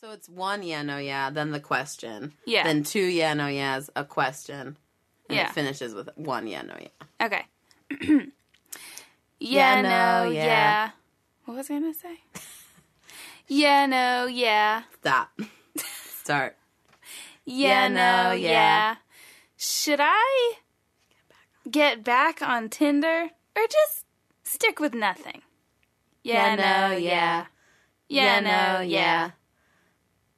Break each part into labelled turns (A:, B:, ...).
A: So it's one yeah no yeah, then the question.
B: Yeah.
A: Then two yeah no yeahs, a question. And
B: Yeah.
A: it finishes with one yeah no yeah.
B: Okay. yeah,
A: Yeah,
B: no,
A: no,
B: yeah.
A: yeah.
B: What was I gonna say? yeah, no, yeah.
A: Stop. Start.
B: Yeah,
A: Yeah,
B: no,
A: no,
B: yeah.
A: yeah.
B: Should I get back on Tinder or just stick with nothing? Yeah, no, yeah. Yeah, no, yeah.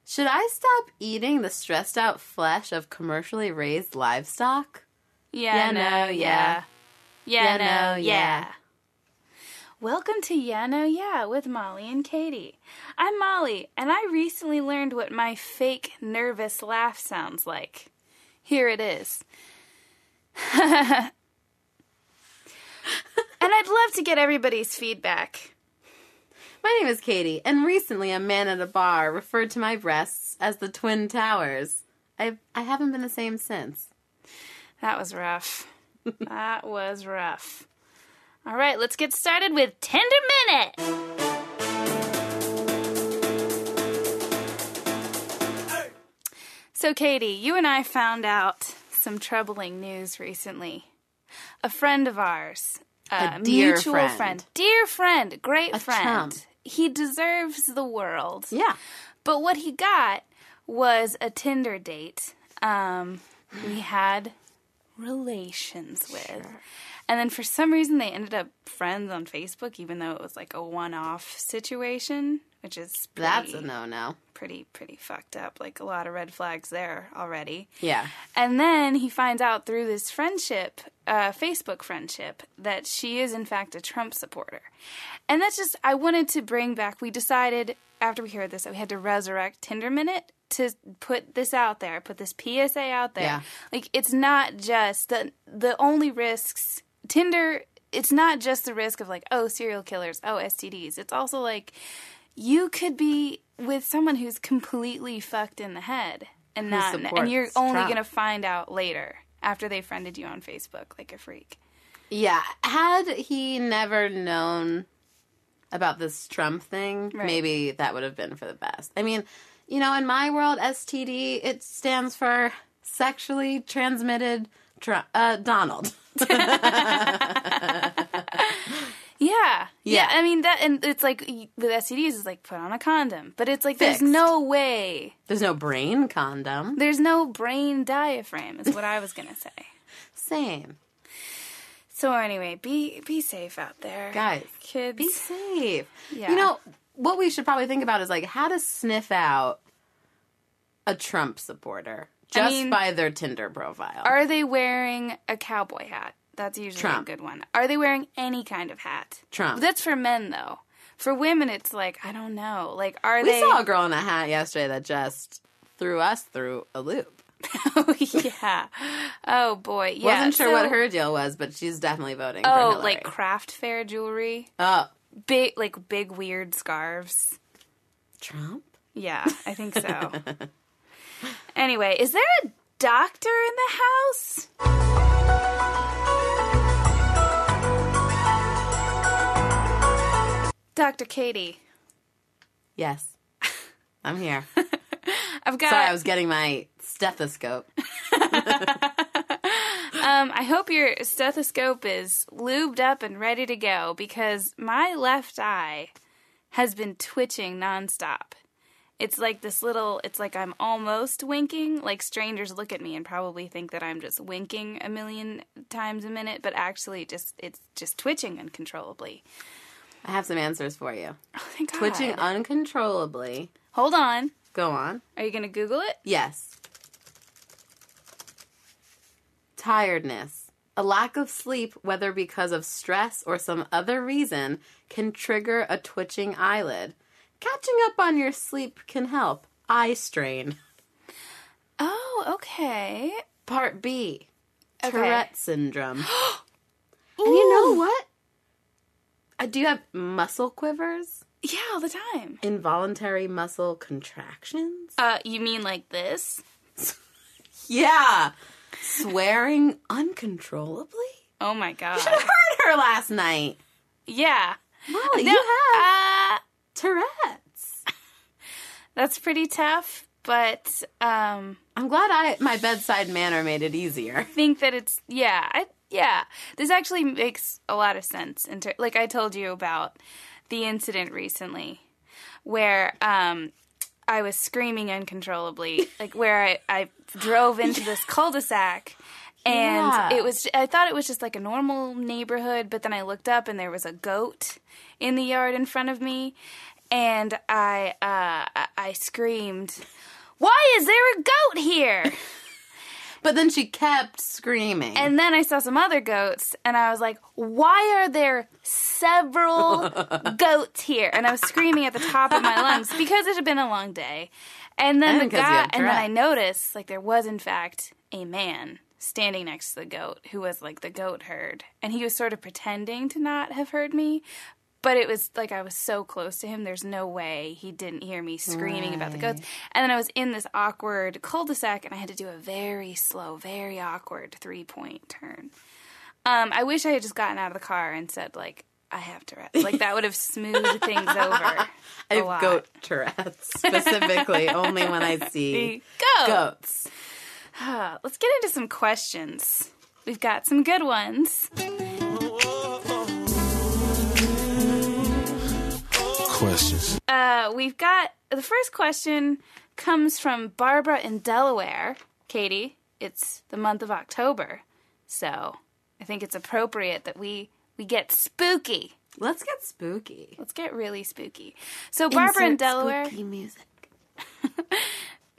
A: Should I stop eating the stressed out flesh of commercially raised livestock?
B: Yeah, no, yeah.
A: Yeah,
B: Yeah, no,
A: no,
B: yeah.
A: yeah.
B: Welcome to Yeah, no, yeah with Molly and Katie. I'm Molly, and I recently learned what my fake nervous laugh sounds like. Here it is. and I'd love to get everybody's feedback.
A: My name is Katie, and recently a man at a bar referred to my breasts as the Twin Towers. I I haven't been the same since.
B: That was rough. that was rough. All right, let's get started with Tender Minute. So, Katie, you and I found out some troubling news recently. A friend of ours, a,
A: dear
B: Uh, mutual
A: friend.
B: dear friend, great
A: chum.
B: friend. He deserves the world.
A: Yeah.
B: But what he got was a Tinder date. Um, we had relations with. And then for some reason they ended up friends on Facebook, even though it was like a one-off situation, which is pretty,
A: That's a no no.
B: pretty pretty fucked up. Like a lot of red flags there already.
A: Yeah.
B: And then he finds out through this friendship, uh, Facebook friendship, that she is in fact a Trump supporter. And that's just, I wanted to bring back, we decided after we heard this that we had to resurrect Tinder Minute to put this out there, put this PSA out there.
A: Yeah.
B: Like, it's not just the, the only risks, Tinder, it's not just the risk of like, oh, serial killers, oh, STDs. It's also like, you could be with someone who's completely fucked in the head and not and
A: supports
B: you're only
A: Trump.
B: gonna find out later after they friended you on facebook like a freak
A: Yeah. Had he never known about this Trump thing,
B: Right.
A: maybe that would have been for the best. I mean, you know, in my world, STD it stands for sexually transmitted tru uh, Donald.
B: yeah. yeah
A: Yeah.
B: i mean that and it's like y- with stds it's like put on a condom but it's like
A: Fixed.
B: there's no way
A: There's no brain condom.
B: there's no brain diaphragm is what i was gonna say
A: Same.
B: so anyway be be safe out there
A: Guys,
B: kids
A: Be safe.
B: Yeah.
A: You know, what we should probably think about is like how to sniff out a Trump supporter just
B: mean-
A: by their Tinder profile.
B: are they wearing a cowboy hat that's usually
A: Trump.
B: a good one are they wearing any kind of hat
A: Trump.
B: That's for men though. For women, it's like I don't know. Like, are
A: we
B: they?
A: saw a girl in a hat yesterday that just threw us through a loop.
B: oh yeah. Oh boy. Yeah.
A: Wasn't sure
B: so-
A: what her deal was, but she's definitely voting for
B: Oh,
A: Hillary.
B: like craft fair jewelry,
A: oh,
B: big like big weird scarves.
A: Trump?
B: Yeah, I think so. anyway, is there a doctor in the house? Dr. Katie,
A: Yes. I'm here.
B: I've got.
A: Sorry, I was getting my stethoscope.
B: Um, I hope your stethoscope is lubed up and ready to go because my left eye has been twitching nonstop. It's like this little, it's like I'm almost winking. Like strangers look at me and probably think that I'm just winking a million times a minute, but actually just, it's just twitching uncontrollably.
A: I have some answers for you.
B: Oh, thank God.
A: Twitching uncontrollably.
B: Hold on.
A: Go on.
B: Are you going to Google it?
A: Yes. Tiredness. A lack of sleep, whether because of stress or some other reason, can trigger a twitching eyelid. Catching up on your sleep can help. Eye strain.
B: Oh, okay.
A: Part B
B: Okay.
A: Tourette syndrome. and you know what? Uh, do you have muscle quivers?
B: Yeah, all the time.
A: Involuntary muscle contractions?
B: Uh, you mean like this?
A: Yeah. Swearing uncontrollably?
B: Oh my God.
A: I heard her last night.
B: yeah.
A: Molly,
B: No,
A: you have
B: uh,
A: Tourette's.
B: That's pretty tough, but um,
A: I'm glad I my bedside manner made it easier.
B: think that it's yeah, I, yeah. This actually makes a lot of sense. In ter- like I told you about the incident recently, where um, I was screaming uncontrollably, like where I, I drove into this cul-de-sac. And
A: Yeah.
B: it was, I thought it was just like a normal neighborhood, but then I looked up and there was a goat in the yard in front of me. And I, uh, I- I screamed, Why is there a goat here?
A: But then she kept screaming.
B: And then I saw some other goats, and I was like, why are there several goats here? And I was screaming at the top of my lungs because it had been a long day. And then
A: And
B: the
A: 'cause you
B: guy,
A: had
B: and then I
A: Tourette's.
B: noticed, like, there was in fact a man standing next to the goat who was like the goat herd. And he was sort of pretending to not have heard me. But it was like I was so close to him, there's no way he didn't hear me screaming about the goats. And then I was in this awkward cul de sac, and I had to do a very slow, very awkward three point turn. Um, I wish I had just gotten out of the car and said like I have to rest. Like that would have smoothed things over.
A: I
B: a
A: have
B: lot.
A: goat Tourette's specifically, only when I see
B: Go. Go.
A: goats.
B: Uh, Let's get into some questions. We've got some good ones.
C: Questions.
B: Uh, we've got the first question comes from Barbara in Delaware. Katie, it's the month of October, so I think it's appropriate that we we get spooky.
A: Let's get spooky.
B: Let's get really spooky. So Barbara in
A: Insert
B: Delaware.
A: Spooky music.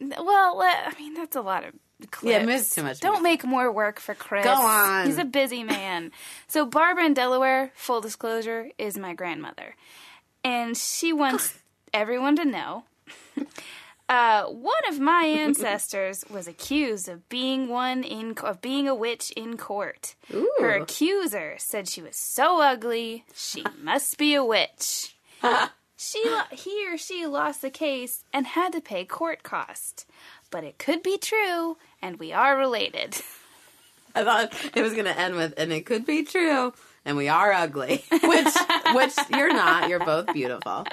B: Well, le- I mean that's a lot of clips.
A: it moves too much
B: Don't make more work for Chris.
A: Go on.
B: He's a busy man. so Barbara in Delaware, full disclosure, is my grandmother, and she wants everyone to know. Uh, one of my ancestors was accused of being one in of being a witch in court. Her
A: Ooh.
B: accuser said she was so ugly, she must be a witch. She lo- he or she lost the case and had to pay court cost. But it could be true, and we are related.
A: I thought it was going to end with, and it could be true, and we are ugly, which which you're not. You're both beautiful.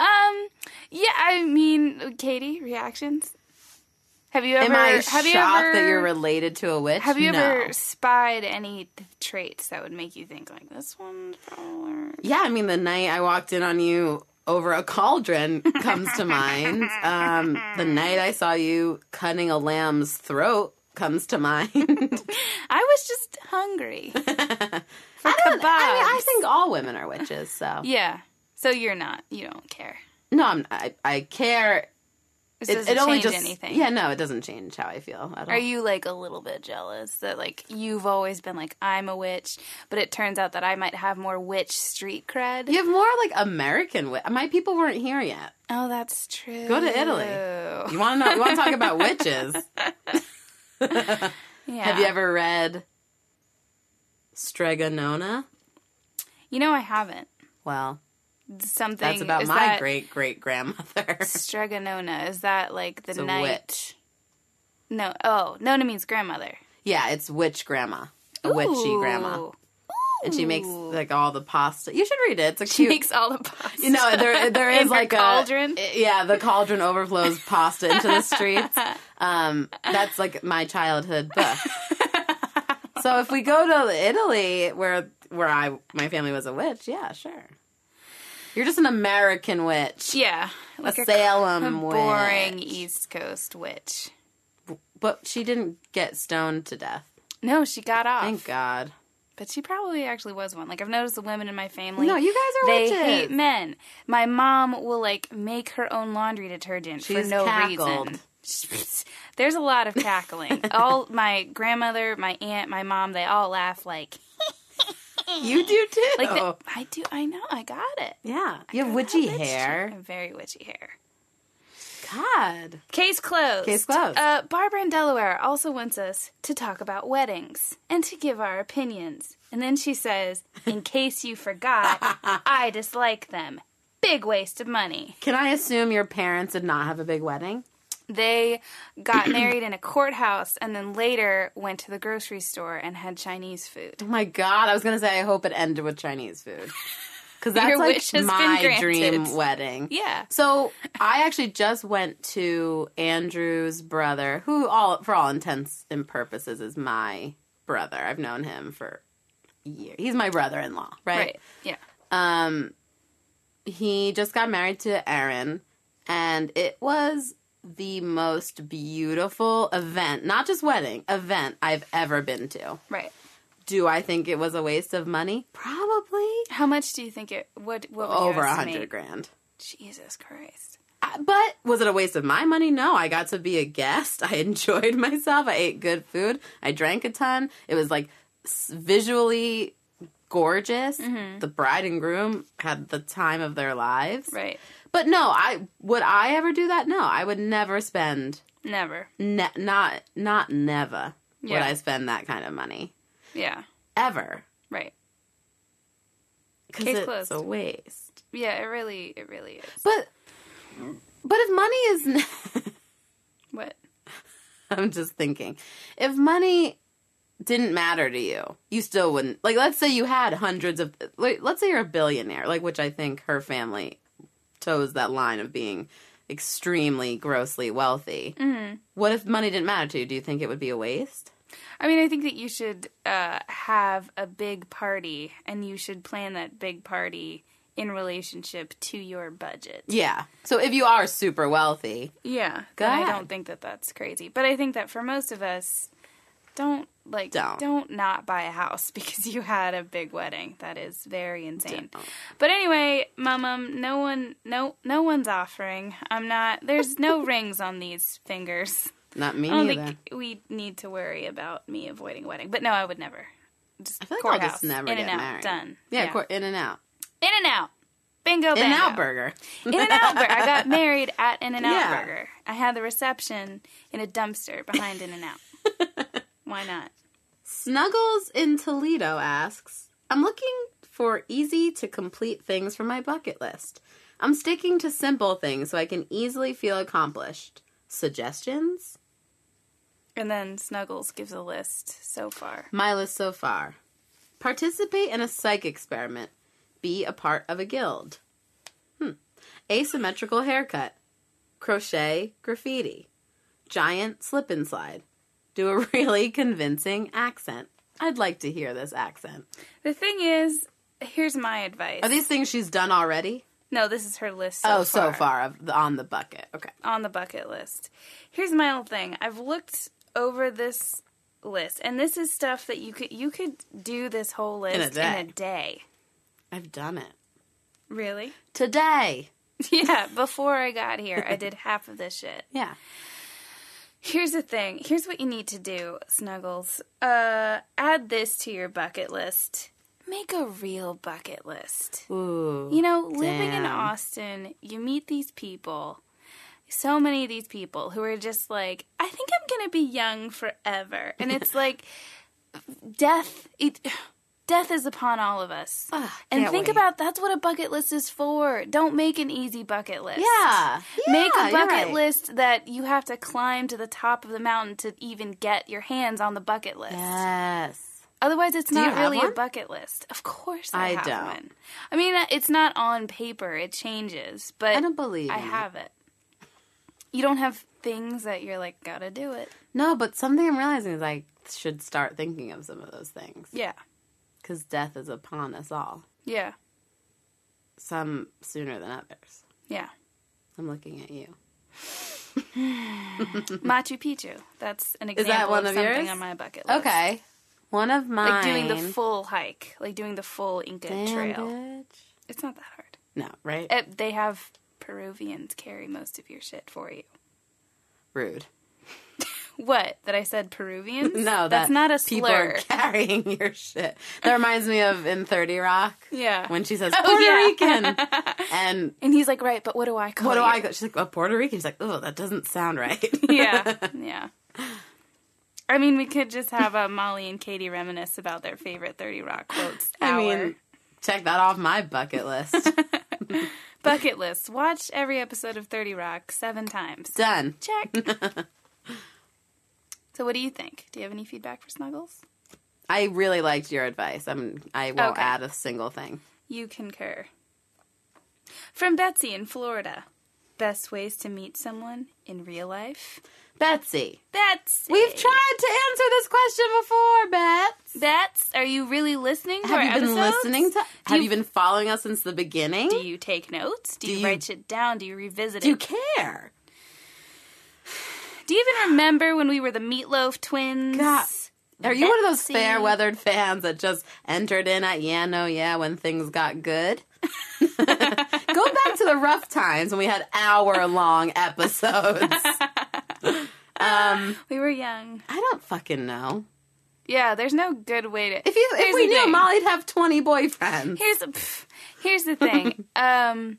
B: Um, yeah, I mean, Katie, reactions. Have you ever?
A: Am I
B: have
A: shocked
B: you ever?
A: that you're related to a witch?
B: have you
A: no.
B: ever spied any th- traits that would make you think like this one? probably-
A: Yeah, I mean, the night I walked in on you over a cauldron comes to mind. Um, the night I saw you cutting a lamb's throat comes to mind.
B: I was just hungry. For
A: I mean, I
B: kebabs.
A: think all women are witches, so.
B: Yeah. So you're not. You don't care.
A: No, I'm, I, I care.
B: This
A: It,
B: doesn't
A: it only
B: change
A: just.
B: anything.
A: Yeah, no, it doesn't change how I feel at all.
B: Are you like a little bit jealous that like you've always been like I'm a witch, but it turns out that I might have more witch street cred?
A: You have more like American. Wit- My people weren't here yet.
B: Oh, that's true.
A: Go to Italy. You want to know? You want to talk about witches?
B: Yeah.
A: Have you ever read Strega Nona?
B: You know I haven't.
A: Well,
B: Something
A: that's about
B: is
A: my
B: that
A: great great grandmother.
B: Streganona. Is that like the
A: It's a
B: night?
A: witch.
B: No. Oh, Nona means grandmother.
A: Yeah, it's witch grandma, a witchy grandma,
B: Ooh.
A: and she makes
B: Ooh.
A: like all the pasta. You should read it. It's a
B: She
A: cute.
B: makes all the pasta.
A: you know, there there is
B: in her
A: like
B: cauldron.
A: a eh, yeah. The cauldron overflows pasta into the streets. Um, that's like my childhood book. so if we go to Italy, where where I my family was a witch, yeah, sure. You're just an American witch,
B: yeah,
A: a
B: like a,
A: Salem witch.
B: boring East Coast witch.
A: But she didn't get stoned to death.
B: No, she got off.
A: Thank God.
B: But she probably actually was one. Like I've noticed the women in my family.
A: No, you guys are
B: they
A: witches.
B: hate men. My mom will like make her own laundry detergent for
A: She's
B: no
A: cackled.
B: reason. There's a lot of cackling. all my grandmother, my aunt, my mom, they all laugh like
A: You do too.
B: like the, I do. I know. I got it.
A: yeah, you Oh. have
B: I
A: witchy
B: have witchy-
A: hair.
B: I'm very witchy hair.
A: God,
B: Case closed.
A: Case closed.
B: Uh, Barbara in Delaware also wants us to talk about weddings and to give our opinions. And then she says, in case you forgot, I dislike them. Big waste of money.
A: can I assume your parents did not have a big wedding?
B: They got married in a courthouse and then later went to the grocery store and had Chinese food.
A: Oh my God, I was gonna say I hope it ended with Chinese food. Because that's
B: Your
A: like
B: wish has been
A: my
B: granted.
A: dream wedding.
B: Yeah.
A: So I actually just went to Andrew's brother, who all for all intents and purposes is my brother. I've known him for years. He's my brother-in-law, right?
B: Right. Yeah.
A: Um, he just got married to Erin, and it was the most beautiful event, not just wedding, event I've ever been to.
B: Right.
A: Do I think it was a waste of money? Probably
B: How much do you think it what what would you
A: over a
B: estimate?
A: hundred grand.
B: Jesus Christ.
A: Uh, But was it a waste of my money? No, I got to be a guest. I enjoyed myself. I ate good food. I drank a ton. It was like s- visually gorgeous.
B: Mm-hmm.
A: The bride and groom had the time of their lives.
B: Right.
A: But no, I would I ever do that? No, I would never spend
B: Never.
A: ne- not not never would
B: Yeah.
A: I spend that kind of money
B: Yeah.
A: ever
B: Right.
A: because
B: Case
A: it's
B: closed.
A: a waste.
B: Yeah, it really it really is.
A: But but if money is
B: What?
A: I'm just thinking, if money didn't matter to you, you still wouldn't. Like, let's say you had hundreds of, like, let's say you're a billionaire, like, which I think her family toes that line of being extremely grossly wealthy.
B: Mhm.
A: What if money didn't matter to you? Do you think it would be a waste?
B: I mean, I think that you should uh, have a big party and you should plan that big party in relationship to your budget.
A: Yeah. So if you are super wealthy,
B: Yeah.
A: Go
B: then I
A: ahead.
B: don't think that that's crazy. But I think that for most of us, don't like
A: Don't.
B: don't not buy a house because you had a big wedding. That is very insane. But anyway, mum, um, no one, no, no one's offering. I'm not. There's no rings on these fingers.
A: not me
B: I don't
A: neither.
B: think we need to worry about me avoiding a wedding. But no, I would never. Just
A: I feel like I'll
B: courthouse,
A: just never
B: in
A: get
B: and out,
A: married.
B: done.
A: yeah, Of course, in and out.
B: in and out. Bingo,
A: In
B: bango.
A: and out burger.
B: In and Out Burger. I got married at In and Out
A: Yeah.
B: Burger. I had the reception in a dumpster behind In and Out. Why not?
A: Snuggles in Toledo asks, I'm looking for easy to complete things for my bucket list. I'm sticking to simple things so I can easily feel accomplished. Suggestions?
B: And then Snuggles gives a list so far.
A: My list so far. Participate in a psych experiment. Be a part of a guild. Hmm. Asymmetrical haircut. Crochet graffiti. Giant slip and slide. Do a really convincing accent. I'd like to hear this accent.
B: The thing is, here's my advice.
A: Are these things she's done already?
B: no, this is her list.
A: oh, so far of the, on the bucket. Okay.
B: on the bucket list. Here's my old thing. I've looked over this list, and this is stuff that you could you could do this whole list in a day.
A: day. I've done it.
B: Really?
A: Today.
B: Yeah. Before I got here, I did half of this shit.
A: Yeah.
B: Here's the thing. Here's what you need to do, Snuggles. Uh, add this to your bucket list. Make a real bucket list.
A: Ooh.
B: You know, living in
A: damn.
B: Austin, you meet these people, so many of these people who are just like, I think I'm going to be young forever. And it's like death it, death is upon all of us.
A: Ugh,
B: and
A: can't
B: think
A: wait.
B: about that's what a bucket list is for. Don't make an easy bucket list.
A: Yeah.
B: Make
A: Yeah,
B: a
A: you're
B: bucket
A: right.
B: list that you have to climb to the top of the mountain to even get your hands on the bucket list.
A: Yes.
B: Otherwise, it's
A: you
B: not
A: have
B: really
A: one?
B: a bucket list. Of course, I,
A: I
B: have
A: don't.
B: one. I mean, uh, it's not on paper; it changes, but
A: I don't believe
B: I
A: in it.
B: have it. You don't have things that you're like, gotta do it.
A: No, but something I'm realizing is I should start thinking of some of those things
B: Yeah,
A: because death is upon us all,
B: yeah,
A: some sooner than others.
B: yeah.
A: I'm looking at you.
B: Machu Picchu. That's an example
A: that one
B: of,
A: of
B: something
A: yours?
B: on my bucket list.
A: Okay. One of mine.
B: like doing the full hike, like doing the full Inca
A: Damn,
B: trail.
A: bitch.
B: It's not that hard.
A: No, right?
B: Eh, they have Peruvians carry most of your shit for you.
A: Rude.
B: What? That I said Peruvians?
A: No,
B: that's
A: that
B: not a
A: People are
B: slur.
A: carrying your shit. That reminds me of in 30 Rock.
B: Yeah.
A: when she says
B: Oh,
A: Puerto
B: yeah.
A: Rican. And
B: And he's like, right, but what do I call
A: what do
B: you?
A: I go? She's like, a Puerto Rican. She's like, oh, that doesn't sound right.
B: yeah, yeah. I mean, we could just have uh, Molly and Katie reminisce about their favorite Thirty Rock quotes.
A: I
B: hour.
A: mean, check that off my bucket list.
B: bucket list. Watch every episode of Thirty Rock seven times.
A: Done.
B: Check. so, what do you think? Do you have any feedback for Snuggles?
A: I really liked your advice. I'm. I won't
B: Okay.
A: add a single thing.
B: You concur. From Betsy in Florida. Best ways to meet someone in real life?
A: Betsy,
B: Betsy.
A: we've tried to answer this question before, Bets.
B: Bets, are you really listening to
A: Have
B: our
A: you been
B: episodes?
A: listening to?
B: Do
A: have
B: you-
A: you, been following us since the beginning?
B: Do you take notes? Do,
A: Do
B: you,
A: you-
B: write shit down? Do you revisit
A: Do you
B: it?
A: care?
B: Do you even remember when we were the meatloaf twins?
A: God. Are you one of those
B: Betsy.
A: fair weathered fans that just entered in at yeah no yeah when things got good? Go back to the rough times when we had hour long episodes. um,
B: We were young.
A: I don't fucking know.
B: Yeah, there's no good way to.
A: If you
B: Here's
A: if we
B: the
A: knew
B: thing.
A: Molly'd have twenty boyfriends.
B: here's pff, here's the thing um,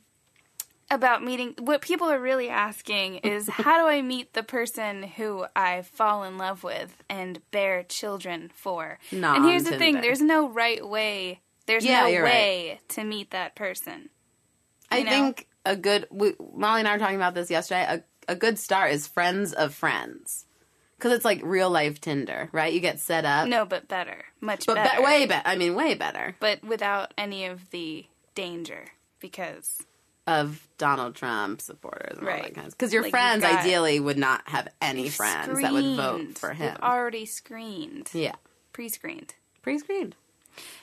B: about meeting. What people are really asking is how do I meet the person who I fall in love with and bear children for?
A: Not
B: and
A: on
B: here's the thing:
A: Tinder.
B: there's no right way. There's
A: Yeah,
B: no
A: you're
B: way to meet that person.
A: I
B: you know.
A: think a good we, Molly and I were talking about this yesterday. A a good start is friends of friends because it's like real life Tinder, right? You get set up,
B: No, but better, much
A: but
B: better.
A: be- way better. I mean, way better
B: but without any of the danger because
A: of Donald Trump supporters and all
B: Right.
A: that kind of because your
B: Like,
A: friends
B: you've got-
A: ideally would not have any friends that would vote
B: screened.
A: for
B: We've
A: him.
B: already screened,
A: yeah,
B: pre-screened.
A: pre-screened.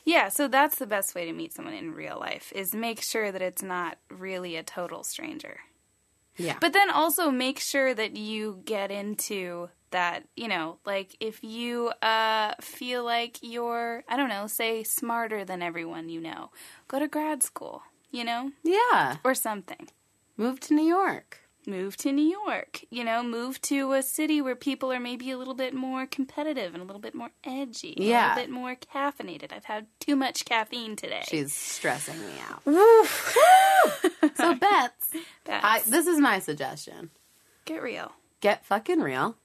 B: Yeah, so that's the best way to meet someone in real life is make sure that it's not really a total stranger.
A: Yeah,
B: But then also make sure that you get into that, you know, like if you uh feel like you're, I don't know, say smarter than everyone you know, go to grad school, you know,
A: yeah,
B: or something.
A: move to New York.
B: Move to New York, you know, move to a city where people are maybe a little bit more competitive and a little bit more edgy, a
A: Yeah.
B: little bit more caffeinated. I've had too much caffeine today.
A: She's stressing me out.
B: so
A: So, Bets,
B: Bets,
A: I, this is my suggestion:
B: get real.
A: get fucking real.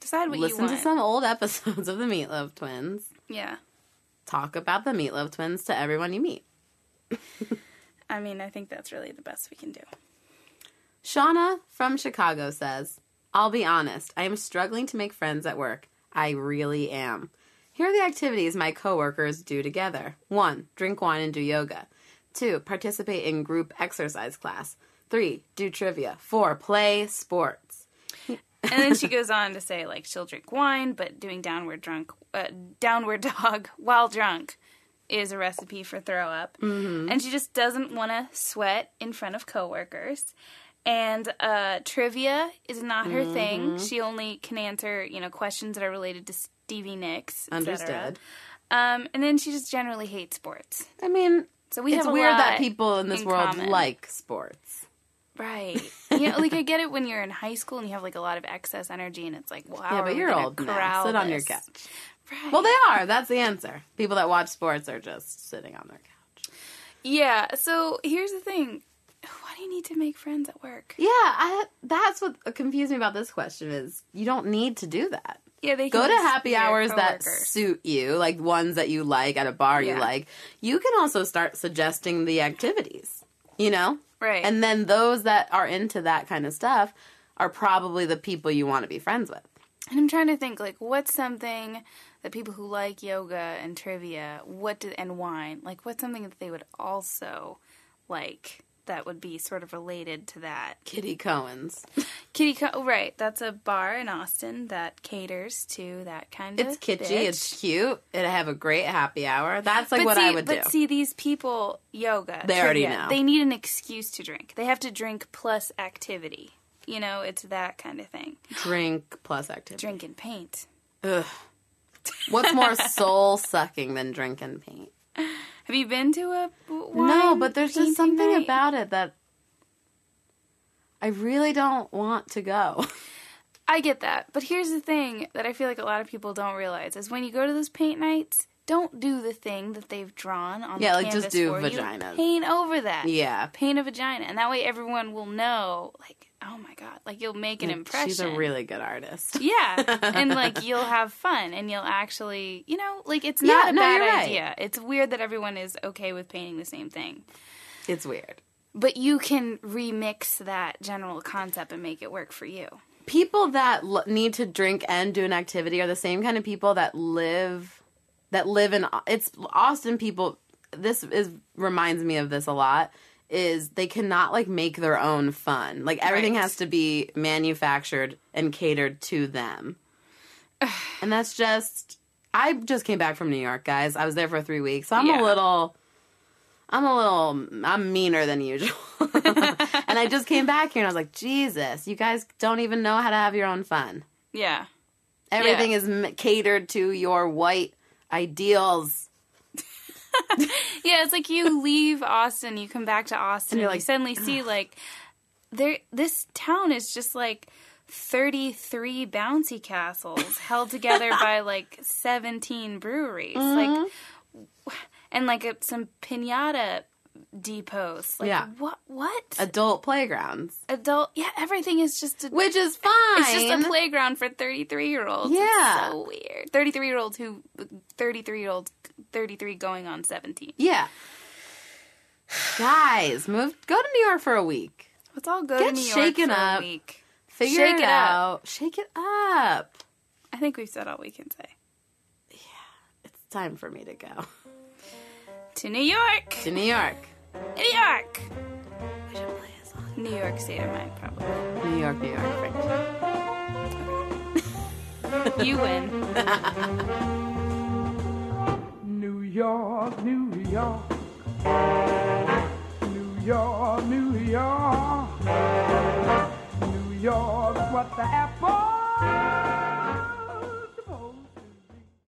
B: Decide what you
A: Listen
B: want.
A: to some old episodes of the Meatloaf Twins.
B: Yeah.
A: Talk about the Meatloaf Twins to everyone you meet.
B: I mean, I think that's really the best we can do.
A: Shauna from Chicago says, I'll be honest, I am struggling to make friends at work. I really am. Here are the activities my coworkers do together. 1. Drink wine and do yoga. 2. Participate in group exercise class. 3. Do trivia. 4. Play sports.
B: And then she goes on to say, like, she'll drink wine, but doing downward drunk, uh, downward dog while drunk is a recipe for throw up. Mm-hmm. And she just doesn't want to sweat in front of coworkers. And uh, trivia is not
A: Mm-hmm.
B: her thing. She only can answer, you know, questions that are related to Stevie Nicks. et cetera.
A: Understood.
B: Um, and then she just generally hates sports.
A: I mean,
B: So we
A: it's
B: have a
A: weird that
B: lot
A: people in this
B: in
A: world
B: common.
A: like sports.
B: Right. You know, like I get it when you're in high school and you have like a lot of excess energy, and it's like, wow,
A: yeah, but you're old now. Sit on your
B: cat.
A: couch.
B: Right.
A: Well, they are. That's the answer. People that watch sports are just sitting on their couch.
B: yeah. So here's the thing: why do you need to make friends at work?
A: Yeah, I, that's what confused me about this question is you don't need to do that.
B: Yeah, they
A: Go
B: can
A: to
B: just be
A: happy
B: your
A: hours that
B: coworkers.
A: suit you, like ones that you like at a bar
B: Yeah.
A: you like. You can also start suggesting the activities, you know?
B: right.
A: And then those that are into that kind of stuff are probably the people you want to be friends with.
B: And I'm trying to think like what's something that people who like yoga and trivia, what do, and wine, like what's something that they would also like that would be sort of related to that.
A: Kitty Cohen's.
B: Kitty Co- right, that's a bar in Austin that caters to that kind of
A: It's kitschy,
B: bitch.
A: it's cute, and I have a great happy hour. That's like
B: but
A: what
B: see,
A: I would
B: but
A: do.
B: see, these people, yoga,
A: They already
B: trivia,
A: know.
B: They need an excuse to drink. They have to drink plus activity. You know, it's that kind of thing.
A: Drink plus activity.
B: Drink and paint.
A: Ugh. What's more soul sucking than drink and paint?
B: Have you been to a w- wine
A: No, but there's
B: painting
A: just something
B: night?
A: about it that I really don't want to go.
B: I get that, but here's the thing that I feel like a lot of people don't realize is when you go to those paint nights, don't do the thing that they've drawn on
A: Yeah,
B: the
A: like, just
B: canvas
A: do
B: for you.
A: vaginas.
B: Paint over that.
A: yeah.
B: Paint a vagina, and that way everyone will know. Like, oh my god, like you'll make an impression.
A: She's a really good artist.
B: Yeah. And like you'll have fun and you'll actually, you know, like it's
A: Yeah,
B: not a
A: no,
B: bad
A: you're right.
B: idea. It's weird that everyone is okay with painting the same thing.
A: It's weird.
B: But you can remix that general concept and make it work for you.
A: People that l- need to drink and do an activity are the same kind of people that live that live in Au- it's Austin people this is reminds me of this a lot is they cannot like make their own fun. Like everything
B: Right.
A: has to be manufactured and catered to them. and that's just I just came back from New York, guys. I was there for 3 weeks. So I'm
B: Yeah.
A: a little I'm a little I'm meaner than usual. and I just came back here and I was like, "Jesus, you guys don't even know how to have your own fun.
B: Yeah.
A: Everything is m- catered to your white ideals."
B: Yeah, it's like you leave Austin, you come back to Austin,
A: And
B: and,
A: you're
B: you
A: like,
B: suddenly see like there this town is just like 33 bouncy castles held together by like 17 breweries. Like
A: Mm-hmm.
B: and like a, some piñata depots. Like
A: Yeah.
B: what what?
A: Adult playgrounds,
B: Adult Yeah, everything is just a
A: which is fine.
B: it's just a playground for 33 year olds.
A: Yeah.
B: It's so weird. 33 year olds who, 33 year olds, 33 going on 17.
A: Yeah. Guys, move. Go to New York for a week.
B: Let's all go to
A: Get
B: New York
A: shaken
B: for
A: up.
B: a week.
A: Figure
B: Shake
A: it,
B: it up.
A: out. Shake it up.
B: I think we've said all we can say.
A: It's time for me to go
B: To New York!
A: to New York.
B: New York! We should play a song. New York State of Mind, probably.
A: New York, New York. Frick.
B: You win.
D: New York, New York. New York, New York. New York, what the apple?